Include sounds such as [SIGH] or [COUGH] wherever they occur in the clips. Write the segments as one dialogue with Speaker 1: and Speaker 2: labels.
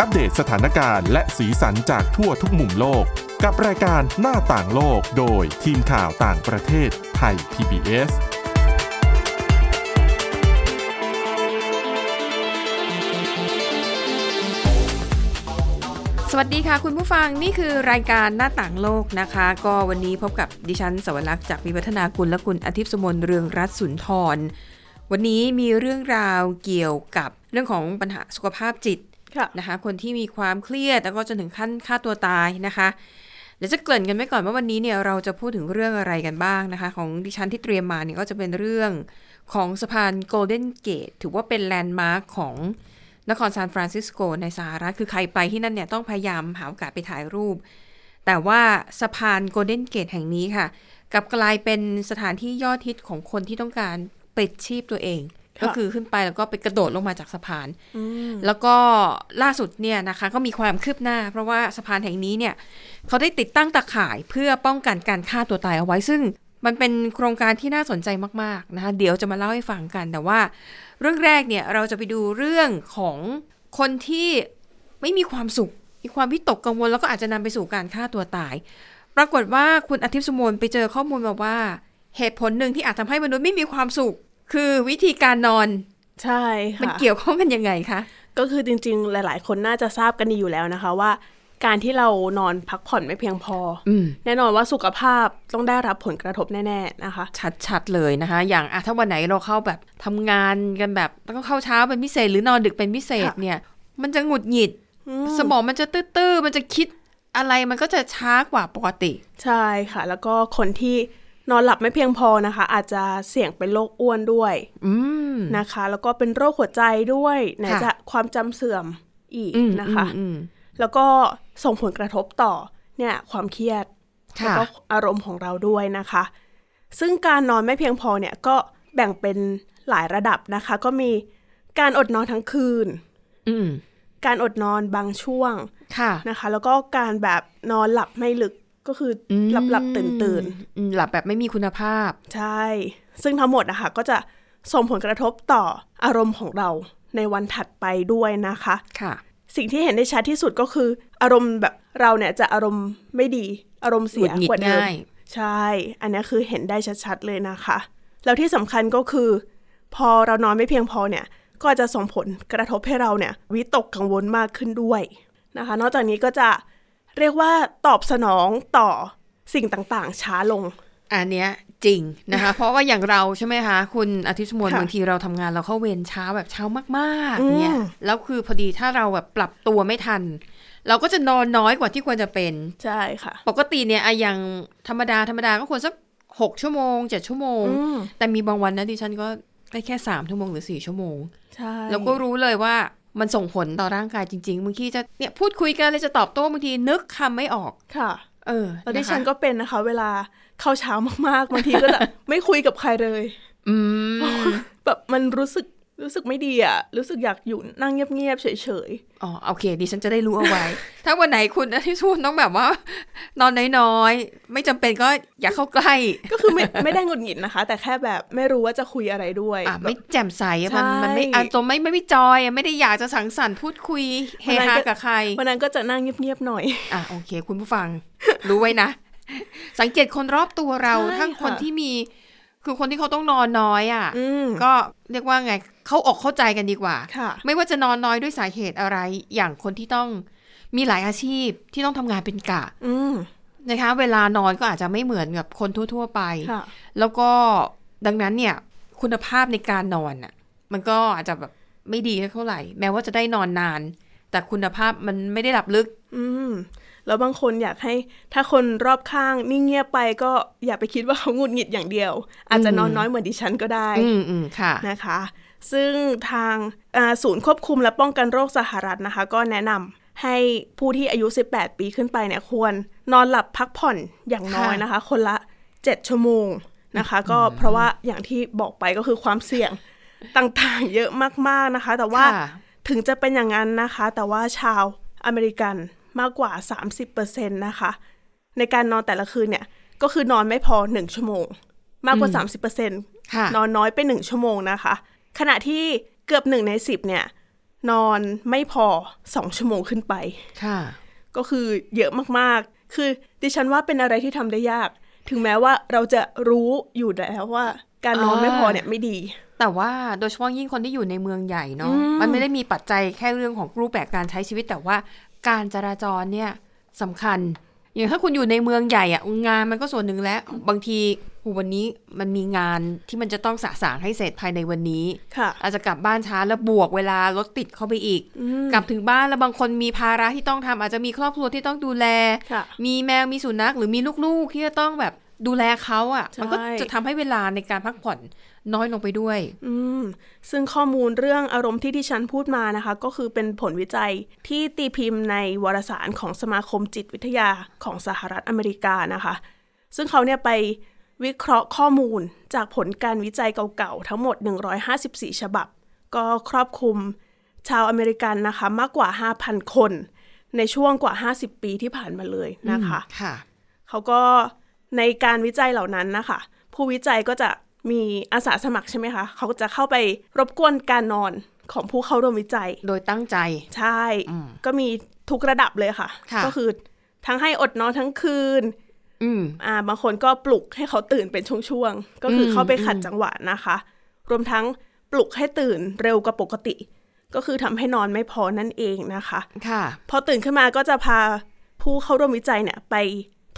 Speaker 1: อัปเดตสถานการณ์และสีสันจากทั่วทุกมุมโลก กับรายการหน้าต่างโลกโดยทีมข่าวต่างประเทศไทย PBS
Speaker 2: สวัสดีค่ะคุณผู้ฟังนี่คือรายการหน้าต่างโลกนะคะ ก็วันนี้พบกับดิฉันสวรักษ์จากวิวัฒนาคุณและคุณอาทิตย์สมนเรืองรัตน์สุนทร วันนี้มีเรื่องราวเกี่ยวกับเรื่องของปัญหาสุขภาพจิต
Speaker 3: ค่ะ
Speaker 2: นะคะ คนที่มีความเครียดแล้วก็จนถึงขั้นฆ่าตัวตายนะคะ เดี๋ยวจะเกริ่นกันไว้ก่อนว่าวันนี้เนี่ยเราจะพูดถึงเรื่องอะไรกันบ้างนะคะ ของดิฉันที่เตรียมมาเนี่ยก็จะเป็นเรื่องของสะพานโกลเด้นเกตถือว่าเป็นแลนด์มาร์คของ นครซานฟรานซิสโกในสหรัฐคือใครไปที่นั่นเนี่ยต้องพยายามหาโอกาสไปถ่ายรูป แต่ว่าสะพานโกลเด้นเกตแห่งนี้ค่ะ กลับกลายเป็นสถานที่ยอดฮิตของคนที่ต้องการปลิดชีพตัวเอง
Speaker 3: ค่ะ
Speaker 2: ก็คือขึ้นไปแล้วก็ไปกระโดดลงมาจากสะพาน แล้วก็ล่าสุดเนี่ยนะคะก็มีความคืบหน้า เพราะว่าสะพานแห่งนี้เนี่ยเขาได้ติดตั้งตาข่ายเพื่อป้องกันการฆ่าตัวตายเอาไว้ ซึ่งมันเป็นโครงการที่น่าสนใจมากๆนะคะเดี๋ยวจะมาเล่าให้ฟังกันแต่ว่า เรื่องแรกเนี่ยเราจะไปดูเรื่องของคนที่ไม่มีความสุข มีความวิตกกังวลแล้วก็อาจจะนำไปสู่การฆ่าตัวตาย ปรากฏว่าคุณอาทิตย์สมนไปเจอข้อมูลมาว่า เหตุผลหนึ่งที่อาจทำให้มนุษย์ไม่มีความสุข คือวิธีการนอน
Speaker 3: ใช่ค่ะ
Speaker 2: มันเกี่ยวข้องกันยังไงคะ
Speaker 3: ก็คือจริงๆ หลาย ๆ คนน่าจะทราบกันดีอยู่แล้วนะคะว่า การที่เรานอนพักผ่อนไม่เพียงพออ
Speaker 2: อืม
Speaker 3: แน่นอนว่าสุขภาพต้องได้รับผลกระทบแน่ ๆ นะคะ
Speaker 2: ชัดๆเลยนะคะ อย่างอะถ้าวันไหนเราเข้าแบบทำงานกันแบบต้องเข้าเช้าเป็นพิเศษหรือนอนดึกเป็นพิเศษ
Speaker 3: ค่ะ
Speaker 2: เนี่ย มันจะหงุดหงิด สมองมันจะตื้อๆมันจะคิดอะไรมันก็จะช้ากว่าปกติ
Speaker 3: ใช่ค่ะ แล้วก็คนที่นอนหลับไม่เพียงพอนะคะ อาจจะเสี่ยงเป็นโรคอ้วนด้วย
Speaker 2: อืม
Speaker 3: นะคะ แล้วก็เป็นโรคหัวใจด้วยไหน
Speaker 2: ค่ะ
Speaker 3: จะความจำเสื่อมอีก
Speaker 2: อืม
Speaker 3: นะคะ
Speaker 2: อืม
Speaker 3: แล้วก็ส่งผลกระทบต่อเนี่ยความเครียด แล้ว
Speaker 2: ค่ะ
Speaker 3: ก็อารมณ์ของเราด้วยนะคะ ซึ่งการนอนไม่เพียงพอเนี่ยก็แบ่งเป็นหลายระดับนะคะ ก็มีการอดนอนทั้งคืน
Speaker 2: อืม
Speaker 3: การอดนอนบางช่วง
Speaker 2: ค่ะ
Speaker 3: นะคะ แล้วก็การแบบนอนหลับไม่ลึกก็คืออ
Speaker 2: อืม
Speaker 3: หลับหลับตื่นตื่น
Speaker 2: อืมหลับแบบไม่มีคุณภาพ
Speaker 3: ๆใช่ ซึ่งทั้งหมดนะคะก็จะส่งผลกระทบต่ออารมณ์ของเราในวันถัดไปด้วยนะคะ
Speaker 2: ค่ะ
Speaker 3: สิ่งที่เห็นได้ชัดที่สุดก็คือ อารมณ์แบบเราเนี่ยจะอารมณ์ไม่ดี อารมณ์เสีย
Speaker 2: หงุดหงิด
Speaker 3: กว่าเดิม
Speaker 2: ง่าย
Speaker 3: ใช่ อันนี้คือเห็นได้ชัดๆเลยนะคะ แล้วที่สำคัญก็คือ พอเรานอนไม่เพียงพอเนี่ย ก็จะส่งผลกระทบให้เราเนี่ย วิตกกังวลมากขึ้นด้วยนะคะ นอกจากนี้ก็จะเรียกว่าตอบสนองต่อสิ่งต่างๆ ช้าลง
Speaker 2: อันเนี้ยจริงนะคะ
Speaker 3: [LAUGHS]
Speaker 2: เพราะว่าอย่างเราใช่ไหมคะ คุณอาทิตย์สมน
Speaker 3: ค่ะ
Speaker 2: บางทีเราทำงานเราเข้าเวรเช้าแบบเช้ามาก
Speaker 3: อืม
Speaker 2: ๆเนี่ยแล้วคือพอดีถ้าเราแบบปรับตัวไม่ทัน เราก็จะนอนน้อยกว่าที่ควรจะเป็น
Speaker 3: ใช่ค่ะ
Speaker 2: ปกติเนี่ยอะอย่างธรรมดาธรรมดาก็ควรสักหกชั่วโมงเจ็ดชั่วโมง
Speaker 3: อืม
Speaker 2: แต่มีบางวันนะดิฉันก็ได้แค่สามชั่วโมงหรือสี่ชั่วโมง
Speaker 3: ใช่
Speaker 2: แล้วก็รู้เลยว่ามันส่งผลต่อร่างกายจริงๆบางทีจะเนี่ยพูดคุยกันเลยจะตอบโต้บางทีนึกคำไม่ออก
Speaker 3: ค่ะ
Speaker 2: เออ
Speaker 3: แล้วดิ
Speaker 2: ะคะ
Speaker 3: ฉันก็เป็นนะคะ เวลาเข้าเช้ามากๆบางทีก็จะ ไม่คุยกับใครเลย
Speaker 2: อืม
Speaker 3: แบบมันรู้สึกรู้สึกไม่ดีอะรู้สึกอยากอยู่นั่งเงียบๆเฉย
Speaker 2: อ๋อโอเค ดิฉันจะได้รู้เอาไว้ [LAUGHS] ถ้าวันไหนคุณอาทิตย์ชวนต้องแบบว่า [LAUGHS] นอนน้อยๆ ไม่จำเป็นก็อย่าเข้าใกล้
Speaker 3: ๆ ก็คือไม่ ไม่ได้หงุดหงิดนะคะ แต่แค่แบบไม่รู้ว่าจะคุยอะไรด้วย
Speaker 2: อ่ะไม่แจ่มใสอะมัน
Speaker 3: ใช่
Speaker 2: มันไม่อาจจะไม่ไม่ไม่จอยอะไม่ได้อยากจะสังสรรค์พูดคุยเฮฮากับใคร
Speaker 3: วันนั้นก็จะนั่งเงียบๆหน่อย
Speaker 2: อ่ะโอเค คุณผู้ฟัง รู้ไว้นะ [LAUGHS] สังเกตคนรอบตัวเรา
Speaker 3: ใช่
Speaker 2: ทั้งคน
Speaker 3: ค่ะ
Speaker 2: ที่มี คือคนที่เขาต้องนอนน้อยอ่ะ
Speaker 3: อืม
Speaker 2: ก็เรียกว่าไงเข้าอกเข้าใจกันดีกว่า
Speaker 3: ค่ะ
Speaker 2: ไม่ว่าจะนอนน้อยด้วยสาเหตุอะไร อย่างคนที่ต้องมีหลายอาชีพที่ต้องทำงานเป็นกะ
Speaker 3: อืม
Speaker 2: นะคะ เวลานอนก็อาจจะไม่เหมือนกับคนทั่ว ๆ ไป
Speaker 3: ค่ะ
Speaker 2: แล้วก็ดังนั้นเนี่ย คุณภาพในการนอนอ่ะ มันก็อาจจะแบบไม่ดีเท่าไหร่ แม้ว่าจะได้นอนนาน แต่คุณภาพมันไม่ได้หลับลึก
Speaker 3: อืมแล้วบางคนอยากให้ ถ้าคนรอบข้างนิ่งเงียบไปก็อย่าไปคิดว่าเขาหงุดหงิดอย่างเดียว อาจจะนอนน้อยเหมือนดิฉันก็ได้
Speaker 2: อืมอืมค่ะ
Speaker 3: นะคะ ซึ่งทางอ่าศูนย์ควบคุมและป้องกันโรคสหรัฐนะคะ ก็แนะนำให้ผู้ที่อายุ 18 ปีขึ้นไปเนี่ยควรนอนหลับพักผ่อนอย่างน้อย
Speaker 2: ค่ะ
Speaker 3: นะคะ คนละ 7 ชั่วโมงนะคะ ก็เพราะว่าอย่างที่บอกไปก็คือความเสี่ยง ต่างๆ เยอะมากๆนะคะ แต่ว่า
Speaker 2: ค่ะ
Speaker 3: ถึงจะเป็นอย่างนั้นนะคะ แต่ว่าชาวอเมริกันมากกว่า 30%นะคะ ในการนอนแต่ละคืนเนี่ยก็คือนอนไม่พอ 1 ชั่วโมง มากกว่า 30%น
Speaker 2: ค่ะ
Speaker 3: นอนน้อยไปหนึ่งชั่วโมงนะคะ ขณะที่เกือบหนึ่งในสิบเนี่ย นอนไม่พอสองชั่วโมงขึ้นไป
Speaker 2: ค่ะ
Speaker 3: ก็คือเยอะมากๆ คือดิฉันว่าเป็นอะไรที่ทำได้ยาก ถึงแม้ว่าเราจะรู้อยู่แล้วว่า การนอน
Speaker 2: อ่า
Speaker 3: ไม่พอเนี่ยไม่ดี
Speaker 2: แต่ว่าโดยเฉพาะยิ่งคนที่อยู่ในเมืองใหญ่เนาะมันไม่ได้มีปัจจัยแค่เรื่องของรูปแบบการใช้ชีวิต แต่ว่าการจราจรเนี่ยสำคัญ อย่างถ้าคุณอยู่ในเมืองใหญ่อะงานมันก็ส่วนหนึ่งแล้ว บางทีหูวันนี้มันมีงานที่มันจะต้องสะสางให้เสร็จภายในวันนี้
Speaker 3: ค่ะ
Speaker 2: อาจจะกลับบ้านช้าแล้วบวกเวลารถติดเข้าไปอีก กลับถึงบ้านแล้วบางคนมีภาระที่ต้องทำอาจจะมีครอบครัวที่ต้องดูแล
Speaker 3: ค่ะ
Speaker 2: มีแมวมีสุนัขหรือมีลูกๆ ที่จะต้องแบบดูแลเขาอะ่ะ มันก็จะทำให้เวลาในการพักผ่อนน้อยลงไปด้วย
Speaker 3: อืม ซึ่งข้อมูลเรื่องอารมณ์ที่ดิฉันพูดมานะคะ ก็คือเป็นผลวิจัยที่ตีพิมพ์ในวารสารของสมาคมจิตวิทยาของสหรัฐอเมริกานะคะ ซึ่งเขาเนี่ยไปวิเคราะห์ข้อมูลจากผลการวิจัยเก่าๆ ทั้งหมด 154 ฉบับ ก็ครอบคลุมชาวอเมริกันนะคะมากกว่า 5,000 คน ในช่วงกว่า 50 ปีที่ผ่านมาเลยนะคะ
Speaker 2: ค่ะ
Speaker 3: เขาก็ในการวิจัยเหล่านั้นนะคะ ผู้วิจัยก็จะมีอาสาสมัครใช่ไหมคะ เขาก็จะเข้าไปรบกวนการนอนของผู้เข้าร่วมวิจัย
Speaker 2: โดยตั้งใจ
Speaker 3: ใช่ ก็มีทุกระดับเลยค่ะ
Speaker 2: ค่ะ
Speaker 3: ก็คือทั้งให้อดนอนทั้งคืน
Speaker 2: อืม
Speaker 3: อ่าบางคนก็ปลุกให้เขาตื่นเป็นช่วงๆ ก็คืออ
Speaker 2: ม
Speaker 3: เข้าไปขัดจังหวะนะคะ รวมทั้งปลุกให้ตื่นเร็วกว่าปกติ ก็คือทำให้นอนไม่พอนั่นเองนะคะ
Speaker 2: ค่ะ
Speaker 3: พอตื่นขึ้นมาก็จะพาผู้เข้าร่วมวิจัยเนี่ยไป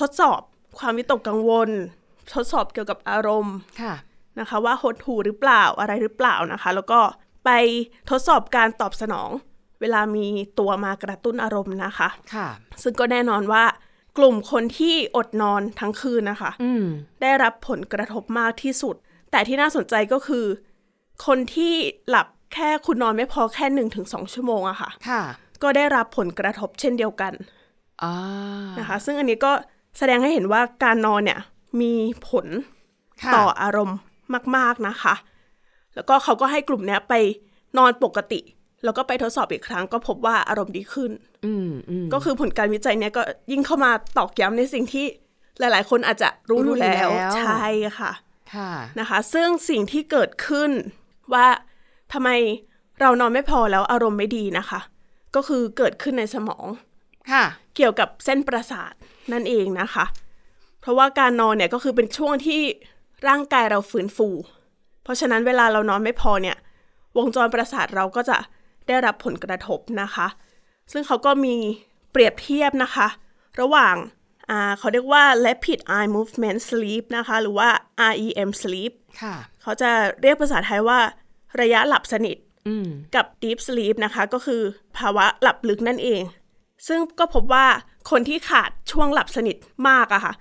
Speaker 3: ทดสอบความวิตกกังวล ทดสอบเกี่ยวกับอารมณ์
Speaker 2: ค่ะ
Speaker 3: นะคะ ว่าหดหู่หรือเปล่าอะไรหรือเปล่านะคะ แล้วก็ไปทดสอบการตอบสนอง เวลามีตัวมากระตุ้นอารมณ์นะคะ
Speaker 2: ค่ะ
Speaker 3: ซึ่งก็แน่นอนว่ากลุ่มคนที่อดนอนทั้งคืนนะคะ
Speaker 2: อืม
Speaker 3: ได้รับผลกระทบมากที่สุด แต่ที่น่าสนใจก็คือ คนที่หลับแค่คุณนอนไม่พอแค่หนึ่งถึงสองชั่วโมงอะค่ะ
Speaker 2: ค่ะ
Speaker 3: ก็ได้รับผลกระทบเช่นเดียวกัน
Speaker 2: อ่า
Speaker 3: นะคะซึ่งอันนี้ก็แสดงให้เห็นว่าการนอนเนี่ยมีผล
Speaker 2: ค่ะ
Speaker 3: ต่ออารมณ์มาก ๆนะคะ แล้วก็เขาก็ให้กลุ่มเนี้ยไปนอนปกติ แล้วก็ไปทดสอบอีกครั้ง ก็พบว่าอารมณ์ดีขึ้น
Speaker 2: อืมอืม
Speaker 3: ก็คือผลการวิจัยเนี่ยก็ยิ่งเข้ามาตอกย้ำในสิ่งที่หลาย ๆ คนอาจจะรู้อยู่แล้ว
Speaker 2: รู้อยู่แล้ว
Speaker 3: ใช่ค่ะ
Speaker 2: ค่ะ
Speaker 3: นะคะ ซึ่งสิ่งที่เกิดขึ้นว่าทำไมเรานอนไม่พอแล้วอารมณ์ไม่ดีนะคะ ก็คือเกิดขึ้นในสมอง
Speaker 2: ค่ะ
Speaker 3: เกี่ยวกับเส้นประสาทนั่นเองนะคะ เพราะว่าการนอนเนี่ยก็คือเป็นช่วงที่ร่างกายเราฟื้นฟู เพราะฉะนั้นเวลาเรานอนไม่พอเนี่ย วงจรประสาทเราก็จะได้รับผลกระทบนะคะ ซึ่งเขาก็มีเปรียบเทียบนะคะ ระหว่างอ่าเขาเรียกว่า rapid eye movement sleep นะคะ หรือว่า REM sleep
Speaker 2: ค่ะ
Speaker 3: เขาจะเรียกภาษาไทยว่าระยะหลับสนิท
Speaker 2: อืม
Speaker 3: กับ deep sleep นะคะก็คือภาวะหลับลึกนั่นเอง ซึ่งก็พบว่าคนที่ขาดช่วงหลับสนิทมากอะค่ะ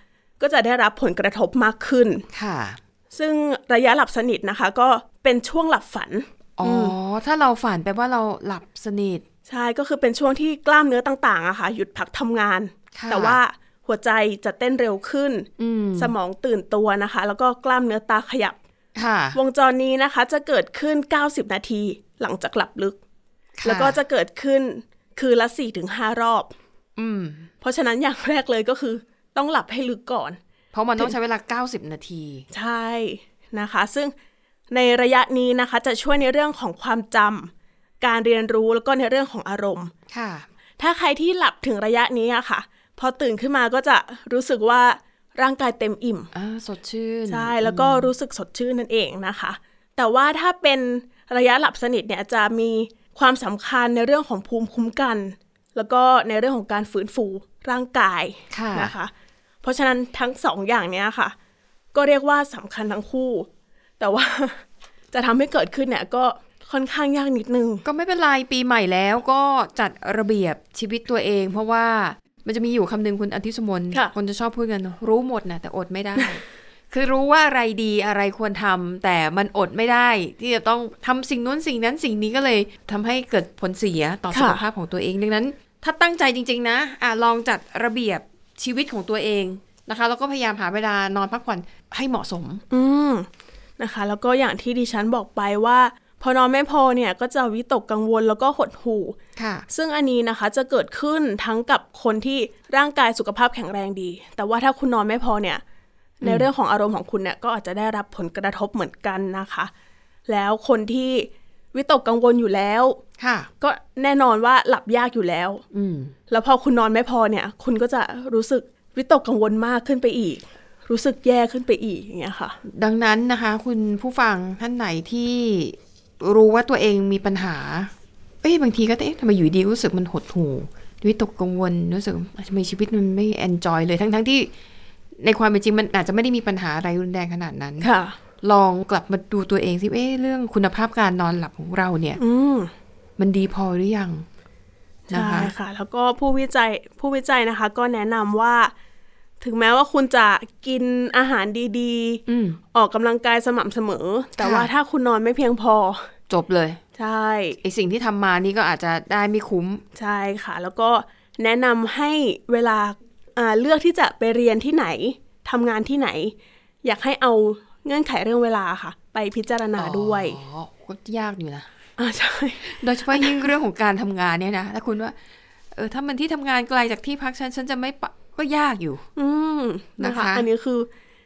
Speaker 3: ก็จะได้รับผลกระทบมากขึ้น
Speaker 2: ค่ะ
Speaker 3: ซึ่งระยะหลับสนิทนะคะ ก็เป็นช่วงหลับฝัน
Speaker 2: อ๋ออถ้าเราฝันแปลว่าเราหลับสนิท
Speaker 3: ใช่ก็คือเป็นช่วงที่กล้ามเนื้อต่างๆอะค่ะ หยุดพักทำงาน
Speaker 2: ค่ะ
Speaker 3: แต่ว่าหัวใจจะเต้นเร็วขึ้น สมองตื่นตัวนะคะ แล้วก็กล้ามเนื้อตาขยับ
Speaker 2: ค่ะ
Speaker 3: วงจรนี้นะคะจะเกิดขึ้น 90 นาทีหลังจากหลับลึก
Speaker 2: ค่ะ
Speaker 3: แล้วก็จะเกิดขึ้นคืนละ 4-5 รอบ
Speaker 2: อืม
Speaker 3: เพราะฉะนั้นอย่างแรกเลยก็คือ ต้องหลับให้ลึกก่อน
Speaker 2: เพราะมันต้องใช้เวลา 90 นาที
Speaker 3: ใช่นะคะ ซึ่งในระยะนี้นะคะจะช่วยในเรื่องของความจำการเรียนรู้แล้วก็ในเรื่องของอารมณ์
Speaker 2: ค่ะ
Speaker 3: ถ้าใครที่หลับถึงระยะนี้อะค่ะ พอตื่นขึ้นมาก็จะรู้สึกว่าร่างกายเต็มอิ่ม
Speaker 2: อ่า สดชื่น
Speaker 3: ใช่ แล้วก็รู้สึกสดชื่นนั่นเองนะคะ แต่ว่าถ้าเป็นระยะหลับสนิทเนี่ยจะมีความสำคัญในเรื่องของภูมิคุ้มกัน แล้วก็ในเรื่องของการฟื้นฟูร่างกาย
Speaker 2: ค่ะ
Speaker 3: นะคะ เพราะฉะนั้นทั้งสองอย่างเนี้ยค่ะ ก็เรียกว่าสำคัญทั้งคู่ แต่ว่า [LAUGHS] จะทำให้เกิดขึ้นเนี่ยก็ค่อนข้างยากนิดนึง
Speaker 2: ก็ไม่เป็นไรปีใหม่แล้วก็จัดระเบียบชีวิตตัวเอง เพราะว่ามันจะมีอยู่คำหนึ่งคุณอธิสมน
Speaker 3: ค่ะ
Speaker 2: คนจะชอบพูดกัน รู้หมดนะแต่อดไม่ได้ [LAUGHS] คือรู้ว่าอะไรดีอะไรควรทำแต่มันอดไม่ได้ ที่จะต้องทำสิ่งนู้นสิ่งนั้นสิ่งนี้ก็เลยทำให้เกิดผลเสียต่อสุขภาพของตัวเอง ดังนั้น ถ้าตั้งใจจริง ๆ นะอ่ะลองจัดระเบียบชีวิตของตัวเองนะคะ แล้วก็พยายามหาเวลานอนพักผ่อนให้เหมาะสม
Speaker 3: อืมนะคะ แล้วก็อย่างที่ดิฉันบอกไปว่า พอนอนไม่พอเนี่ยก็จะวิตกกังวลแล้วก็หดหู่
Speaker 2: ค่ะ
Speaker 3: ซึ่งอันนี้นะคะจะเกิดขึ้นทั้งกับคนที่ร่างกายสุขภาพแข็งแรงดี แต่ว่าถ้าคุณนอนไม่พอเนี่ย ในเรื่องของอารมณ์ของคุณเนี่ยก็อาจจะได้รับผลกระทบเหมือนกันนะคะ แล้วคนที่ วิตกกังวลอยู่แล้ว
Speaker 2: ค่ะ
Speaker 3: ก็แน่นอนว่าหลับยากอยู่แล้ว
Speaker 2: อืม
Speaker 3: แล้วพอคุณนอนไม่พอเนี่ย คุณก็จะรู้สึกวิตกกังวลมากขึ้นไปอีก รู้สึกแย่ขึ้นไปอีกอย่างเงี้ยค่ะ
Speaker 2: ดังนั้นนะคะ คุณผู้ฟังท่านไหนที่รู้ว่าตัวเองมีปัญหา เอ้ยบางทีก็เอ๊ะทำไมอยู่ดีรู้สึกมันหดหู่วิตกกังวลรู้สึกทำไมชีวิตมันไม่แอนจอยเลยทั้งๆทที่ในความเป็นจริงมันอาจจะไม่ได้มีปัญหาอะไรรุนแรงขนาดนั้น
Speaker 3: ค่ะ
Speaker 2: ลองกลับมาดูตัวเองสิเอ๊ะเรื่องคุณภาพการนอนหลับของเราเนี่ย
Speaker 3: อืม
Speaker 2: มันดีพอหรือยังนะ
Speaker 3: ใช่
Speaker 2: คะ
Speaker 3: ค่ะ แล้วก็ผู้วิจัยผู้วิจัยนะคะ ก็แนะนำว่า ถึงแม้ว่าคุณจะกินอาหารดี
Speaker 2: อืม
Speaker 3: ๆ ออกกำลังกายสม่ำเสมอ แต่
Speaker 2: ค่ะ
Speaker 3: ว่าถ้าคุณนอนไม่เพียงพอ
Speaker 2: จบเลย
Speaker 3: ใช่
Speaker 2: ไอสิ่งที่ทำมานี่ก็อาจจะได้ไม่คุ้ม
Speaker 3: ใช่ค่ะ แล้วก็แนะนำให้เวลาอ่าเลือกที่จะไปเรียนที่ไหนทำงานที่ไหน อยากให้เอาเงื่อนไขเรื่องเวลาค่ะ ไปพิจารณาด้วย
Speaker 2: อ๋อก็ยากอยู่นะ
Speaker 3: อ่าใช่
Speaker 2: โดยเฉพาะยิ่งเรื่องของการทำงานเนี่ยนะถ้าคุณว่า เออถ้ามันที่ทำงานไกลจากที่พักฉันฉันจะไม่ปะก็ยากอยู่
Speaker 3: อืมนะ
Speaker 2: นะ
Speaker 3: คะ
Speaker 2: คะ
Speaker 3: อันนี้คือ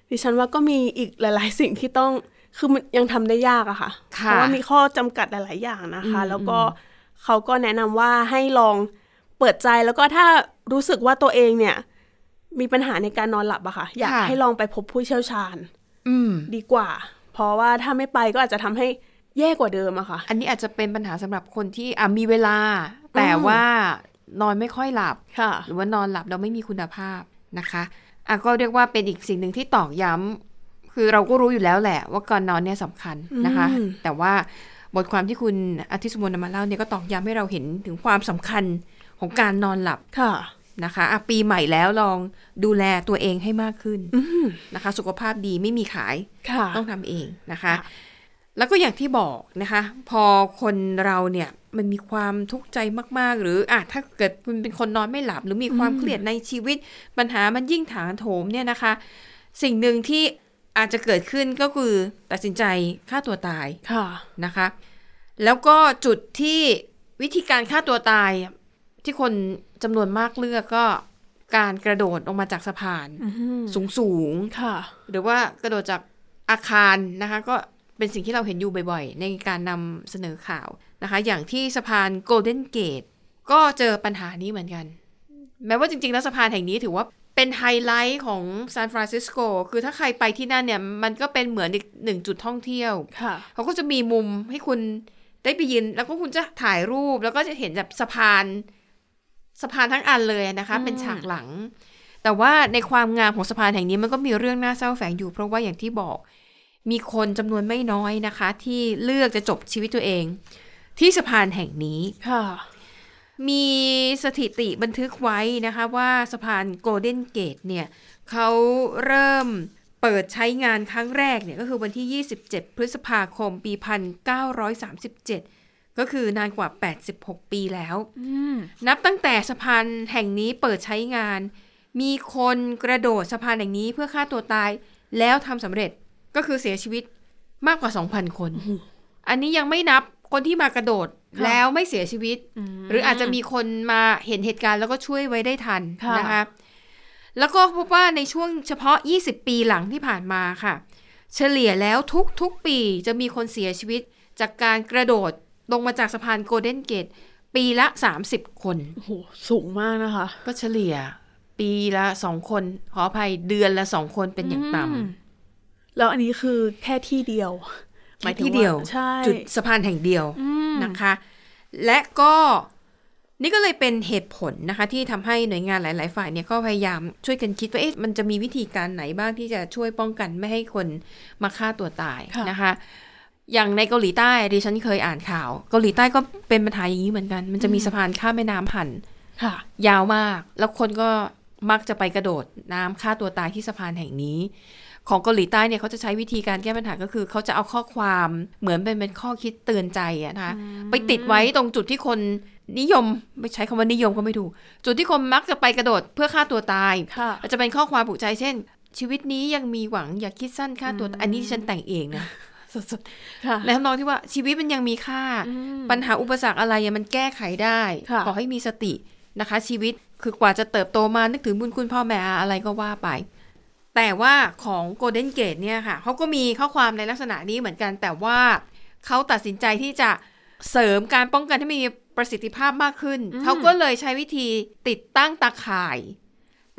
Speaker 3: ดิฉันว่าก็มีอีกหลาย ๆ สิ่งที่ต้องคือมันยังทำได้ยากอะค่ะ เพ
Speaker 2: ค่ะ
Speaker 3: ราะว่ามีข้อจำกัดหลาย ๆ อย่างนะคะ แล้วก็เขาก็แนะนำว่าให้ลองเปิดใจแล้วก็ถ้ารู้สึกว่าตัวเองเนี่ย มีปัญหาในการนอนหลับอะค่ะ อยาก
Speaker 2: ค่ะ
Speaker 3: ให้ลองไปพบผู้เชี่ยวชาญ
Speaker 2: อืม
Speaker 3: ดีกว่า เพราะว่าถ้าไม่ไปก็อาจจะทำให้แย่กว่าเดิมอะค่ะ
Speaker 2: อันนี้อาจจะเป็นปัญหาสำหรับคนที่อ่ะมีเวลา แต่ว่านอนไม่ค่อยหลับ
Speaker 3: ค่ะ
Speaker 2: หรือว่านอนหลับเราไม่มีคุณภาพนะคะอ่ะก็เรียกว่าเป็นอีกสิ่งหนึ่งที่ตอกย้ำคือเราก็รู้อยู่แล้วแหละ ว่าก่อนนอนเนี่ยสำคัญนะคะ
Speaker 3: อืม
Speaker 2: แต่ว่าบทความที่คุณอาทิตย์สุมนต์นำมาเล่าเนี่ยก็ตอกย้ำให้เราเห็นถึงความสำคัญของการนอนหลับ
Speaker 3: ค่ะ
Speaker 2: นะคะอ่ะปีใหม่แล้วลองดูแลตัวเองให้มากขึ้น
Speaker 3: ม
Speaker 2: นะคะ สุขภาพดีไม่มีขาย
Speaker 3: ค่ะ
Speaker 2: ต้องทำเองนะคะ
Speaker 3: ค่ะ
Speaker 2: แล้วก็อย่างที่บอกนะคะ พอคนเราเนี่ยมันมีความทุกข์ใจมากๆ หรืออ่ะถ้าเกิดคุณเป็นคนนอนไม่หลับ หรือมีความเครียดในชีวิต ปัญหามันยิ่งถาโถมเนี่ยนะคะ สิ่งหนึ่งที่อาจจะเกิดขึ้นก็คือตัดสินใจฆ่าตัวตาย
Speaker 3: ค่ะ
Speaker 2: นะคะ แล้วก็จุดที่วิธีการฆ่าตัวตาย ที่คนจำนวนมากเลือกก็การกระโดดลงมาจากสะพานสูงสูง
Speaker 3: ค่ะ
Speaker 2: ๆหรือว่ากระโดดจากอาคารนะคะ ก็เป็นสิ่งที่เราเห็นอยู่บ่อยๆ ในการนำเสนอข่าวนะคะ อย่างที่สะพานโกลเด้นเกตก็เจอปัญหานี้เหมือนกัน แม้ว่าจริงๆ แล้วสะพานแห่งนี้ถือว่าเป็นไฮไลท์ของซานฟรานซิสโกคือถ้าใครไปที่นั่นเนี่ย มันก็เป็นเหมือนอีกหนึ่งจุดท่องเที่ยว
Speaker 3: ค่ะ
Speaker 2: เขาก็จะมีมุมให้คุณได้ไปยืน แล้วก็คุณจะถ่ายรูปแล้วก็จะเห็นแบบสะพานสะพานทั้งอันเลยนะคะ เป็นฉากหลัง แต่ว่าในความงามของสะพานแห่งนี้มันก็มีเรื่องน่าเศร้าแฝงอยู่ เพราะว่าอย่างที่บอก มีคนจำนวนไม่น้อยนะคะ ที่เลือกจะจบชีวิตตัวเอง ที่สะพานแห่งนี้
Speaker 3: ค่ะ
Speaker 2: มีสถิติบันทึกไว้นะคะว่าสะพานโกลเด้นเกตเนี่ยเขาเริ่มเปิดใช้งานครั้งแรกเนี่ยก็คือวันที่ 27 พฤษภาคม ปี 1937 ก็คือนานกว่า 86 ปีแล้ว นับตั้งแต่สะพานแห่งนี้เปิดใช้งาน มีคนกระโดดสะพานแห่งนี้เพื่อฆ่าตัวตายแล้วทำสำเร็จก็คือเสียชีวิตมากกว่า 2,000 คน อันนี้ยังไม่นับคนที่มากระโดด
Speaker 3: ค่ะ
Speaker 2: แล้วไม่เสียชีวิต หรืออาจจะมีคนมาเห็นเหตุการณ์แล้วก็ช่วยไว้ได้ทัน
Speaker 3: ค่ะ
Speaker 2: นะคะ แล้วก็พบว่าในช่วงเฉพาะ 20 ปีหลังที่ผ่านมาค่ะ เฉลี่ยแล้วทุกๆปีจะมีคนเสียชีวิตจากการกระโดดลงมาจากสะพานโกลเด้นเกตปีละ 30 คน
Speaker 3: โอ้โหสูงมากนะคะ
Speaker 2: ก็เฉลี่ยปีละสองคน ขออภัยเดือนละสองคนเป็นอย่างต่ำ
Speaker 3: แล้วอันนี้คือแค่ที่เดียวหมายถึง
Speaker 2: ที่เดียว
Speaker 3: ใช่
Speaker 2: จุดสะพานแห่งเดียว นะคะ และก็นี่ก็เลยเป็นเหตุผลนะคะ ที่ทำให้หน่วยงานหลาย ๆ ฝ่ายเนี่ยก็พยายามช่วยกันคิดว่าเอ๊ะมันจะมีวิธีการไหนบ้างที่จะช่วยป้องกันไม่ให้คนมาฆ่าตัวตายนะคะ อย่างในเกาหลีใต้ดิฉันเคยอ่านข่าว เกาหลีใต้ก็เป็นปัญหาอย่างนี้เหมือนกัน มันจะมีสะพานข้ามแม่น้ำผ่าน
Speaker 3: ค่ะ
Speaker 2: ยาวมาก แล้วคนก็มักจะไปกระโดดน้ำฆ่าตัวตายที่สะพานแห่งนี้ ของเกาหลีใต้เนี่ยเขาจะใช้วิธีการแก้ปัญหาก็คือเขาจะเอาข้อความเหมือนเป็นเป็นข้อคิดเตือนใจอะนะคะไปติดไว้ตรงจุดที่คนนิยมไม่ใช้คำว่านิยมก็ไม่ถูกจุดที่คนมักจะไปกระโดดเพื่อฆ่าตัวตาย
Speaker 3: ค่ะ
Speaker 2: อาจจะเป็นข้อความปลุกใจเช่น ชีวิตนี้ยังมีหวังอย่าคิดสั้นฆ่าตัวตายอันนี้ฉันแต่งเองนะ [LAUGHS] สดๆ
Speaker 3: ค่ะ
Speaker 2: ในทำนองที่ว่าชีวิตมันยังมีค่า ปัญหาอุปสรรคอะไรอะมันแก้ไขได้
Speaker 3: ค่ะ
Speaker 2: ขอให้มีสตินะคะ ชีวิตคือกว่าจะเติบโตมานึกถึงบุญคุณพ่อแม่อะไรก็ว่าไป แต่ว่าของโกลเด้นเกตเนี่ยค่ะเขาก็มีข้อความในลักษณะนี้เหมือนกัน แต่ว่าเขาตัดสินใจที่จะ เสริมการป้องกันให้มีประสิทธิภาพมากขึ้น เขาก็เลยใช้วิธีติดตั้งตาข่าย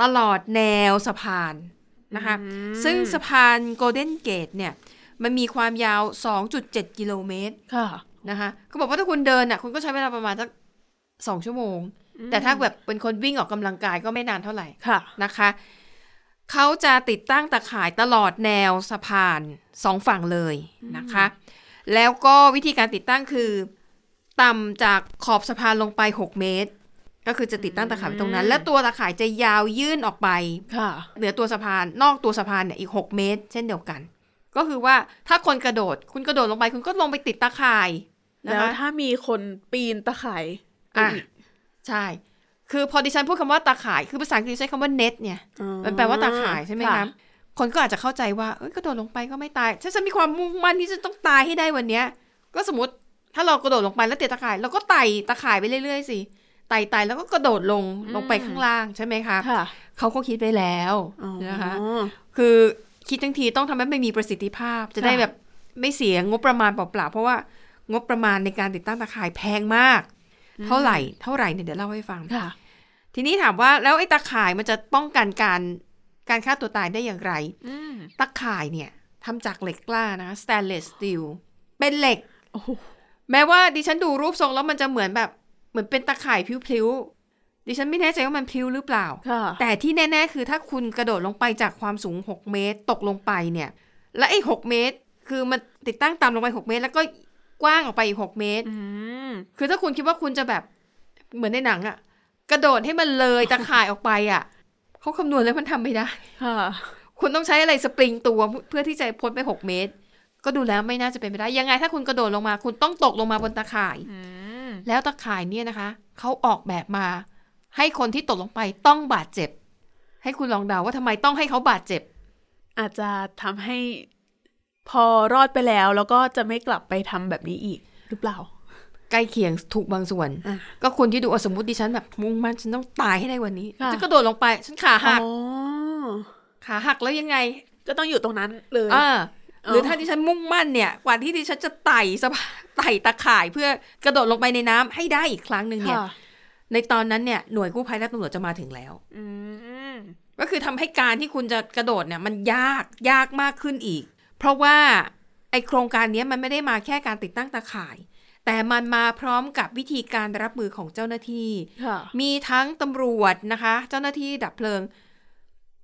Speaker 2: ตลอดแนวสะพานนะคะ ซึ่งสะพานโกลเด้นเกตเนี่ย มันมีความยาว 2.7 กิโลเมตร
Speaker 3: ค่ะ
Speaker 2: นะคะเขาบอกว่าถ้าคุณเดินอ่ะคุณก็ใช้เวลาประมาณสักสองชั่วโมง แต่ถ้าแบบเป็นคนวิ่งออกกำลังกายก็ไม่นานเท่าไหร่
Speaker 3: ค่ะ
Speaker 2: นะคะเขาจะติดตั้งตาข่ายตลอดแนวสะพานสองฝั่งเลยนะคะ แล้วก็วิธีการติดตั้งคือ ต่ำจากขอบสะพานลงไป 6 เมตร ก็คือจะติดตั้งตาข่ายไว้ตรงนั้น และตัวตาข่ายจะยาวยื่นออกไป
Speaker 3: ค่ะ
Speaker 2: เหนือตัวสะพานนอกตัวสะพานเนี่ยอีก 6 เมตร เช่นเดียวกัน ก็คือว่าถ้าคนกระโดด คุณกระโดดลงไป คุณก็ลงไปติดตาข่ายนะ
Speaker 3: แล้ว
Speaker 2: คะ
Speaker 3: ถ้ามีคนปีนตะไคร่
Speaker 2: อ่ะใช่ คือพอดิฉันพูดคำว่าตาข่าย คือภาษาอังกฤษใช้คำว่า net เนี่ย มันแปลว่าตาข่ายใช่ไหมคะคนก็อาจจะเข้าใจว่าเอ้ยกระโดดลงไปก็ไม่ตายฉันจะมีความมุ่งมั่นที่จะต้องตายให้ได้วันเนี้ย ก็สมมติถ้าเรากระโดดลงไปแล้วติดตาข่ายเราก็ไต่ตาข่ายไปเรื่อยๆสิไต่ไต่ๆแล้วก็กระโดดลงลงไปข้างล่างใช่ไหมคะ
Speaker 3: ค่ะ
Speaker 2: เขาก็คิดไปแล้วนะคะ
Speaker 3: อ๋อ
Speaker 2: คือคิดทั้งทีต้องทำให้มันมีประสิทธิภาพ จะได้
Speaker 3: ค่ะ
Speaker 2: แบบไม่เสียงบประมาณเปล่าๆ เพราะว่างบประมาณในการติดตั้งตาข่ายแพงมาก เท่าไหร่เท่าไหร่เนี่ยเดี๋ยวเล่าให้ฟัง
Speaker 3: ค่ะ
Speaker 2: ทีนี้ถามว่าแล้วไอ้ตาข่ายมันจะป้องกันการการฆ่าตัวตายได้อย่างไร
Speaker 3: อืม
Speaker 2: ตาข่ายเนี่ยทำจากเหล็กกล้านะ stainless steel เป็นเหล็ก
Speaker 3: โอ้โห
Speaker 2: แม้ว่าดิฉันดูรูปทรงแล้วมันจะเหมือนแบบเหมือนเป็นตาข่ายพลิ้วๆดิฉันไม่แน่ใจว่ามันพลิ้วหรือเปล่า
Speaker 3: ค่ะ
Speaker 2: แต่ที่แน่ ๆ คือถ้าคุณกระโดดลงไปจากความสูง 6 เมตร ตกลงไปเนี่ย และไอ้ 6 เมตร คือมันติดตั้งตามลงไป 6 เมตร แล้วก็กว้างออกไปอีก 6 เมตร
Speaker 3: อืม
Speaker 2: คือถ้าคุณคิดว่าคุณจะแบบเหมือนในหนังอะกระโดดให้มันเลยตะข่ายออกไปอะเขาคำนวณแล้วมันทำไม่ได้
Speaker 3: ค่ะ
Speaker 2: คุณต้องใช้อะไรสปริงตัวเพื่อที่จะพ้นไป 6 เมตร ก็ดูแล้วไม่น่าจะเป็นไปได้ ยังไงถ้าคุณกระโดดลงมา คุณต้องตกลงมาบนตะข่าย
Speaker 3: อืม
Speaker 2: แล้วตะข่ายเนี่ยนะคะเขาออกแบบมา ให้คนที่ตกลงไปต้องบาดเจ็บ ให้คุณลองเดาว่าทำไมต้องให้เขาบาดเจ็บ
Speaker 3: อาจจะทำให้พอรอดไปแล้วแล้วก็จะไม่กลับไปทำแบบนี้อีก หรือเปล่า
Speaker 2: ใกล้เคียงถูกบางส่วน
Speaker 3: อ่ะ
Speaker 2: ก็คนที่ดูอ่ะสมมติดิฉันแบบมุ่งมั่นฉันต้องตายให้ได้วันนี้
Speaker 3: ค่ะ
Speaker 2: จะกระโดดลงไป ฉันขาหัก
Speaker 3: อ๋อ
Speaker 2: ขาหักแล้วยังไง
Speaker 3: ก็ต้องอยู่ตรงนั้นเลย
Speaker 2: อ่า
Speaker 3: อ๋
Speaker 2: ห
Speaker 3: อ
Speaker 2: รือถ้าดิฉันมุ่งมั่นเนี่ยกว่าที่ดิฉันจะไต่สะพานไต่ตะข่ายเพื่อกระโดดลงไปในน้ำให้ได้อีกครั้งหนึ่งเนี่ย
Speaker 3: ค่ะ
Speaker 2: ในตอนนั้นเนี่ยหน่วยกู้ภัยและตำรวจจะมาถึงแล้ว
Speaker 3: อืม
Speaker 2: ก็คือทำให้การที่คุณจะกระโดดเนี่ยมันยากยากมากขึ้นอีก เพราะว่าไอโครงการเนี้ยมันไม่ได้มาแค่การติดตั้งตาข่าย แต่มันมาพร้อมกับวิธีการรับมือของเจ้าหน้าที่
Speaker 3: ค่ะ
Speaker 2: มีทั้งตำรวจนะคะ เจ้าหน้าที่ดับเพลิง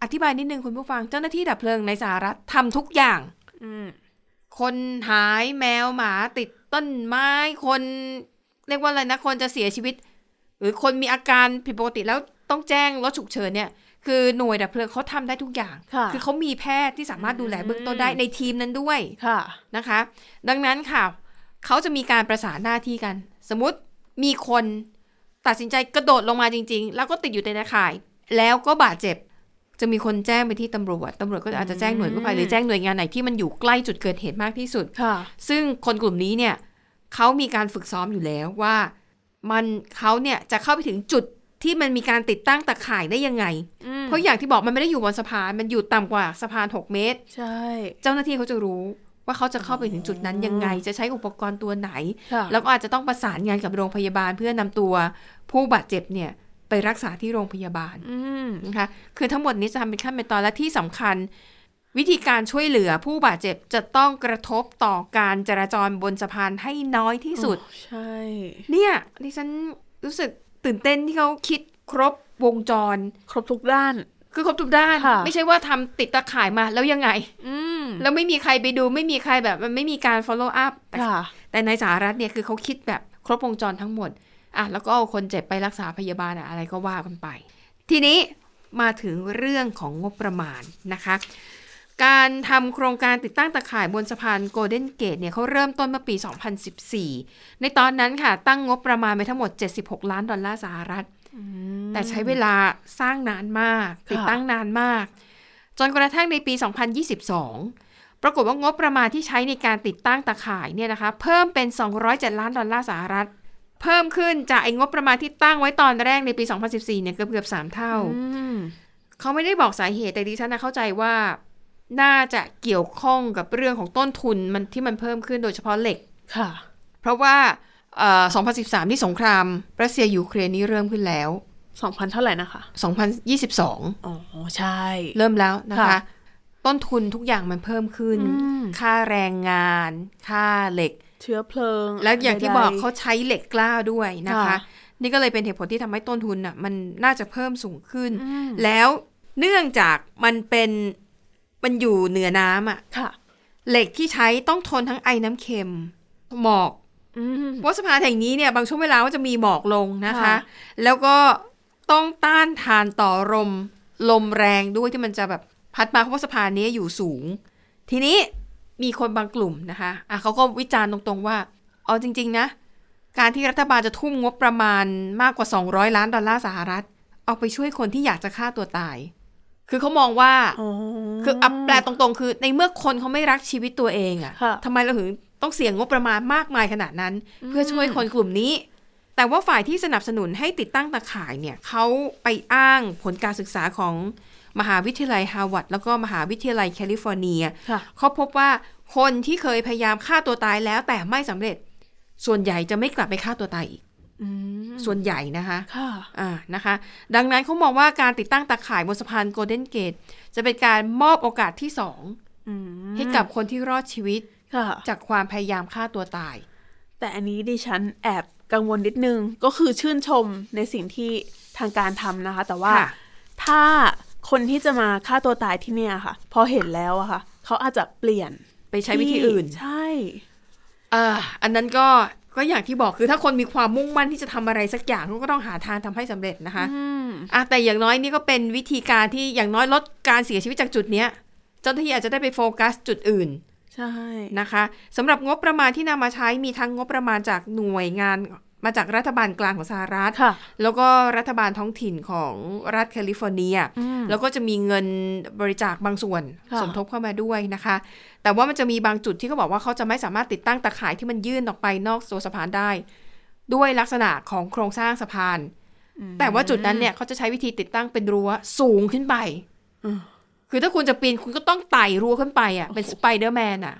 Speaker 2: อธิบายนิดนึงคุณผู้ฟังเจ้าหน้าที่ดับเพลิงในสหรัฐทำทุกอย่าง
Speaker 3: อืม
Speaker 2: คนหายแมวหมาติดต้นไม้คนเรียกว่าอะไรนะ คนจะเสียชีวิต หรือคนมีอาการผิดปกติแล้วต้องแจ้งรถฉุกเฉินเนี่ย คือหน่วยดับเพลิงเขาทำได้ทุกอย่าง
Speaker 3: ค่ะ
Speaker 2: อเขามีแพทย์ที่สามารถดูแลเบื้องต้นได้ในทีมนั้นด้วย
Speaker 3: ค่ะ
Speaker 2: นะคะ ดังนั้นค่ะเขาจะมีการประสานหน้าที่กัน สมมติมีคนตัดสินใจกระโดดลงมาจริง ๆ แล้วก็ติดอยู่ในตาข่าย แล้วก็บาดเจ็บ จะมีคนแจ้งไปที่ตำรวจตำรวจก็อาจจะแจ้งหน่วยกู้ภัยหรือแจ้งหน่วยงานไหนที่มันอยู่ใกล้จุดเกิดเหตุมากที่สุด
Speaker 3: ค่ะ
Speaker 2: ซึ่งคนกลุ่มนี้เนี่ยเขามีการฝึกซ้อมอยู่แล้วว่ามันเขาเนี่ยจะเข้าไปถึงจุดที่มันมีการติดตั้งตะข่ายได้ยังไง
Speaker 3: อืม
Speaker 2: เพราะอย่างที่บอกมันไม่ได้อยู่บนสะพาน มันอยู่ต่ำกว่าสะพาน 6 เมตร
Speaker 3: ใช่
Speaker 2: เจ้าหน้าที่เขาจะรู้ว่าเขาจะเข้าไปถึงจุดนั้นยังไง จะใช้อุปกรณ์ตัวไหน
Speaker 3: ค่ะ
Speaker 2: แล้วก็อาจจะต้องประสานงานกับโรงพยาบาลเพื่อนำตัวผู้บาดเจ็บเนี่ยไปรักษาที่โรงพยาบาล
Speaker 3: อืม
Speaker 2: นะคะคือทั้งหมดนี้จะทำเป็นขั้นเป็นตอนและที่สำคัญ วิธีการช่วยเหลือผู้บาดเจ็บจะต้องกระทบต่อการจราจรบนสะพานให้น้อยที่สุด
Speaker 3: ใช่
Speaker 2: เนี่ยดิฉันรู้สึกตื่นเต้นที่เขาคิดครบวงจร
Speaker 3: ครบทุกด้าน
Speaker 2: คือครบทุกด้าน
Speaker 3: ค่ะ
Speaker 2: ไม่ใช่ว่าทำติดตะข่ายมาแล้วยังไง
Speaker 3: อืม
Speaker 2: แล้วไม่มีใครไปดูไม่มีใครแบบมันไม่มีการ follow up แต่
Speaker 3: ค่ะ
Speaker 2: แต่ในสหรัฐเนี่ยคือเขาคิดแบบครบวงจรทั้งหมดอ่ะแล้วก็เอาคนเจ็บไปรักษาพยาบาลอะอะไรก็ว่ากันไป ทีนี้มาถึงเรื่องของงบประมาณนะคะ การทำโครงการติดตั้งตะข่ายบนสะพานโกลเด้นเกตเนี่ยเขาเริ่มต้นเมื่อปี 2014 ในตอนนั้นค่ะ ตั้งงบประมาณไปทั้งหมด 76 ล้านดอลลาร์สหรัฐ แต่ใช้เวลาสร้างนานมาก ติดตั้งนานมาก จนกระทั่งในปี 2022 ปรากฏว่างบประมาณที่ใช้ในการติดตั้งตาข่ายเนี่ยนะคะ เพิ่มเป็น 207 ล้านดอลลาร์สหรัฐ เพิ่มขึ้นจากไอ้งบประมาณที่ตั้งไว้ตอนแรกในปี 2014 เนี่ยเกือบเกือบสามเท่า
Speaker 3: อืม
Speaker 2: เขาไม่ได้บอกสาเหตุแต่ดิฉันนะเข้าใจว่า น่าจะเกี่ยวข้องกับเรื่องของต้นทุนมันที่มันเพิ่มขึ้นโดยเฉพาะเหล็ก
Speaker 3: ค่ะ
Speaker 2: เพราะว่าเ เอ่อ2013 ที่สงครามรัสเซียยูเครนนี่เริ่มขึ้นแล้ว
Speaker 3: สองพันเท่าไหร่นะคะ
Speaker 2: 2022
Speaker 3: อ๋อ ใช่
Speaker 2: เริ่มแล้วนะคะ
Speaker 3: ค่ะ
Speaker 2: ต้นทุนทุกอย่างมันเพิ่มขึ้น ค่าแรงงาน ค่าเหล็ก
Speaker 3: เชื้อเพลิง
Speaker 2: และอย่างที่บอก
Speaker 3: ใดๆ
Speaker 2: เขาใช้เหล็กกล้าด้วยนะคะ
Speaker 3: ค่ะ
Speaker 2: นี่ก็เลยเป็นเหตุผลที่ทำให้ต้นทุนอ่ะมันน่าจะเพิ่มสูงขึ้น แล้วเนื่องจากมันเป็นมันอยู่เหนือน้ำอ่ะ
Speaker 3: ค่ะ
Speaker 2: เหล็กที่ใช้ต้องทนทั้งไอ้น้ำเค็มหมอก
Speaker 3: อืม
Speaker 2: เพราะสะพานแห่งนี้เนี่ยบางช่วงเวลาก็จะมีหมอกลงนะคะ
Speaker 3: ค่ะ
Speaker 2: แล้วก็ต้องต้านทานต่อลมลมแรงด้วยที่มันจะแบบพัดมาเพราะว่าสะพานนี้อยู่สูง ทีนี้มีคนบางกลุ่มนะคะอ่ะเขาก็วิจารณ์ตรงๆว่า เอาจริง ๆ นะ การที่รัฐบาลจะทุ่มงบประมาณมากกว่า 200 ล้านดอลลาร์สหรัฐ เอาไปช่วยคนที่อยากจะฆ่าตัวตาย คือเขามองว่า
Speaker 3: อ๋อ
Speaker 2: คืออับแปลตรงๆ คือในเมื่อคนเขาไม่รักชีวิตตัวเองอะ
Speaker 3: ค่ะ
Speaker 2: ทำไมเราถึงต้องเสี่ยงงบประมาณมากมายขนาดนั้น เพื่อช่วยคนกลุ่มนี้ แต่ว่าฝ่ายที่สนับสนุนให้ติดตั้งตาข่ายเนี่ยเขาไปอ้างผลการศึกษาของมหาวิทยาลัยฮาร์วาร์ดแล้วก็มหาวิทยาลัยแคลิฟอร์เนีย
Speaker 3: ค่ะ
Speaker 2: เขาพบว่าคนที่เคยพยายามฆ่าตัวตายแล้วแต่ไม่สำเร็จ ส่วนใหญ่จะไม่กลับไปฆ่าตัวตายอีก
Speaker 3: อืม
Speaker 2: ส่วนใหญ่นะคะ
Speaker 3: ค่ะ
Speaker 2: อ่านะคะ ดังนั้นเขามองว่าการติดตั้งตาข่ายบนสะพานโกลเด้นเกต จะเป็นการมอบโอกาสที่สอง
Speaker 3: อืม
Speaker 2: ให้กับคนที่รอดชีวิต
Speaker 3: ค่ะ
Speaker 2: จากความพยายามฆ่าตัวตาย
Speaker 3: แต่อันนี้ดิฉันแอบกังวลนิดนึง ก็คือชื่นชมในสิ่งที่ทางการทำนะคะ แต่ว่า
Speaker 2: ค่ะ
Speaker 3: ถ้าคนที่จะมาฆ่าตัวตายที่เนี่ยค่ะ พอเห็นแล้วอะค่ะ เขาอาจจะเปลี่ยน
Speaker 2: ไปใช้วิธีอื่น
Speaker 3: ใช่
Speaker 2: อ่าอันนั้นก็ก็อย่างที่บอกคือถ้าคนมีความมุ่งมั่นที่จะทำอะไรสักอย่างเขาก็ต้องหาทางทำให้สำเร็จนะคะ
Speaker 3: อืม
Speaker 2: อ่ะแต่อย่างน้อยนี่ก็เป็นวิธีการที่อย่างน้อยลดการเสียชีวิตจากจุดเนี้ยเจ้าหน้าที่อาจจะได้ไปโฟกัสจุดอื่น
Speaker 3: ใช่
Speaker 2: นะคะสำหรับงบประมาณที่นำมาใช้มีทั้งงบประมาณจากหน่วยงานมาจากรัฐบาลกลางของสหรัฐ
Speaker 3: ค่ะ
Speaker 2: แล้วก็รัฐบาลท้องถิ่นของรัฐแคลิฟอร์เนีย แล้วก็จะมีเงินบริจาคบางส่วน
Speaker 3: ค่ะ
Speaker 2: สมทบเข้ามาด้วยนะคะ แต่ว่ามันจะมีบางจุดที่เขาบอกว่าเขาจะไม่สามารถติดตั้งตะข่ายที่มันยื่นออกไปนอกตัวสะพานได้ ด้วยลักษณะของโครงสร้างสะพาน แต่ว่าจุดนั้นเนี่ยเขาจะใช้วิธีติดตั้งเป็นรั้วสูงขึ้นไป คือถ้าคุณจะปีนคุณก็ต้องไต่รั้วขึ้นไปอ่ะเป็นสไปเดอร์แมนอ่ะ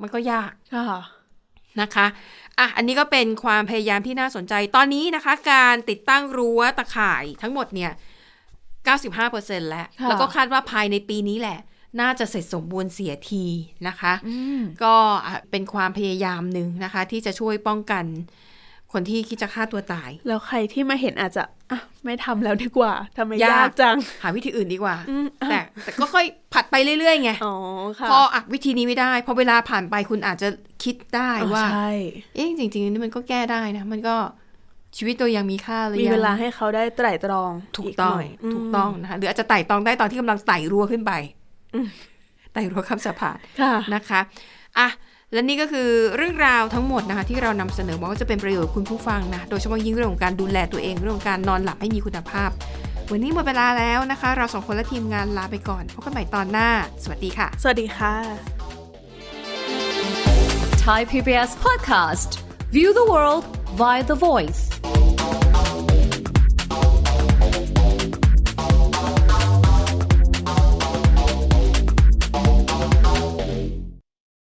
Speaker 2: มันก็ยาก
Speaker 3: ค่ะ
Speaker 2: นะคะอ่ะอันนี้ก็เป็นความพยายามที่น่าสนใจ ตอนนี้นะคะ การติดตั้งรั้วตะข่ายทั้งหมดเนี่ย 95%แล้ว
Speaker 3: ค่ะ
Speaker 2: แล้วก็คาดว่าภายในปีนี้แหละ น่าจะเสร็จสมบูรณ์เสียทีนะคะ
Speaker 3: อืม
Speaker 2: ก็อ่ะเป็นความพยายามหนึ่งนะคะ ที่จะช่วยป้องกันคนที่คิดจะฆ่าตัวตาย
Speaker 3: แล้วใครที่มาเห็นอาจจะอ่ะไม่ทำแล้วดีกว่าทำไม
Speaker 2: ยาก
Speaker 3: ยากจัง
Speaker 2: หาวิธีอื่นดีกว่า
Speaker 3: อืม
Speaker 2: แต่แต่ก็ค่อยผัดไปเรื่อยๆไง
Speaker 3: อ๋อค่ะ
Speaker 2: พออ่ะวิธีนี้ไม่ได้พอเวลาผ่านไปคุณอาจจะคิดได้
Speaker 3: อ๋อ
Speaker 2: ว่า
Speaker 3: ใช่
Speaker 2: เอ๊ะจริงๆนี่มันก็แก้ได้นะ มันก็ชีวิตเรายังมีค่าหรือ
Speaker 3: มี
Speaker 2: ยัง
Speaker 3: เวลาให้เขาได้ไตร่ตรอง
Speaker 2: ถูกต้อง
Speaker 3: หน่ย
Speaker 2: ถูกต้องนะคะหรืออาจจะไต่ตองได้ตอนที่กำลังไต่รั้วขึ้นไปไต่รั้วข้ามสะพาน
Speaker 3: ค่ะ
Speaker 2: นะคะอ่ะและนี่ก็คือเรื่องราวทั้งหมดนะคะ ที่เรานำเสนอมาว่าจะเป็นประโยชน์กับคุณผู้ฟังนะ โดยเฉพาะยิ่งเรื่องของการดูแลตัวเองเรื่องของการนอนหลับให้มีคุณภาพ วันนี้หมดเวลาแล้วนะคะ เราสองคนและทีมงานลาไปก่อนพบกันใหม่ตอนหน้า สวัสดีค่ะ
Speaker 3: สวัสดีค่ะ
Speaker 4: Thai PBS podcast. View the world via the voice.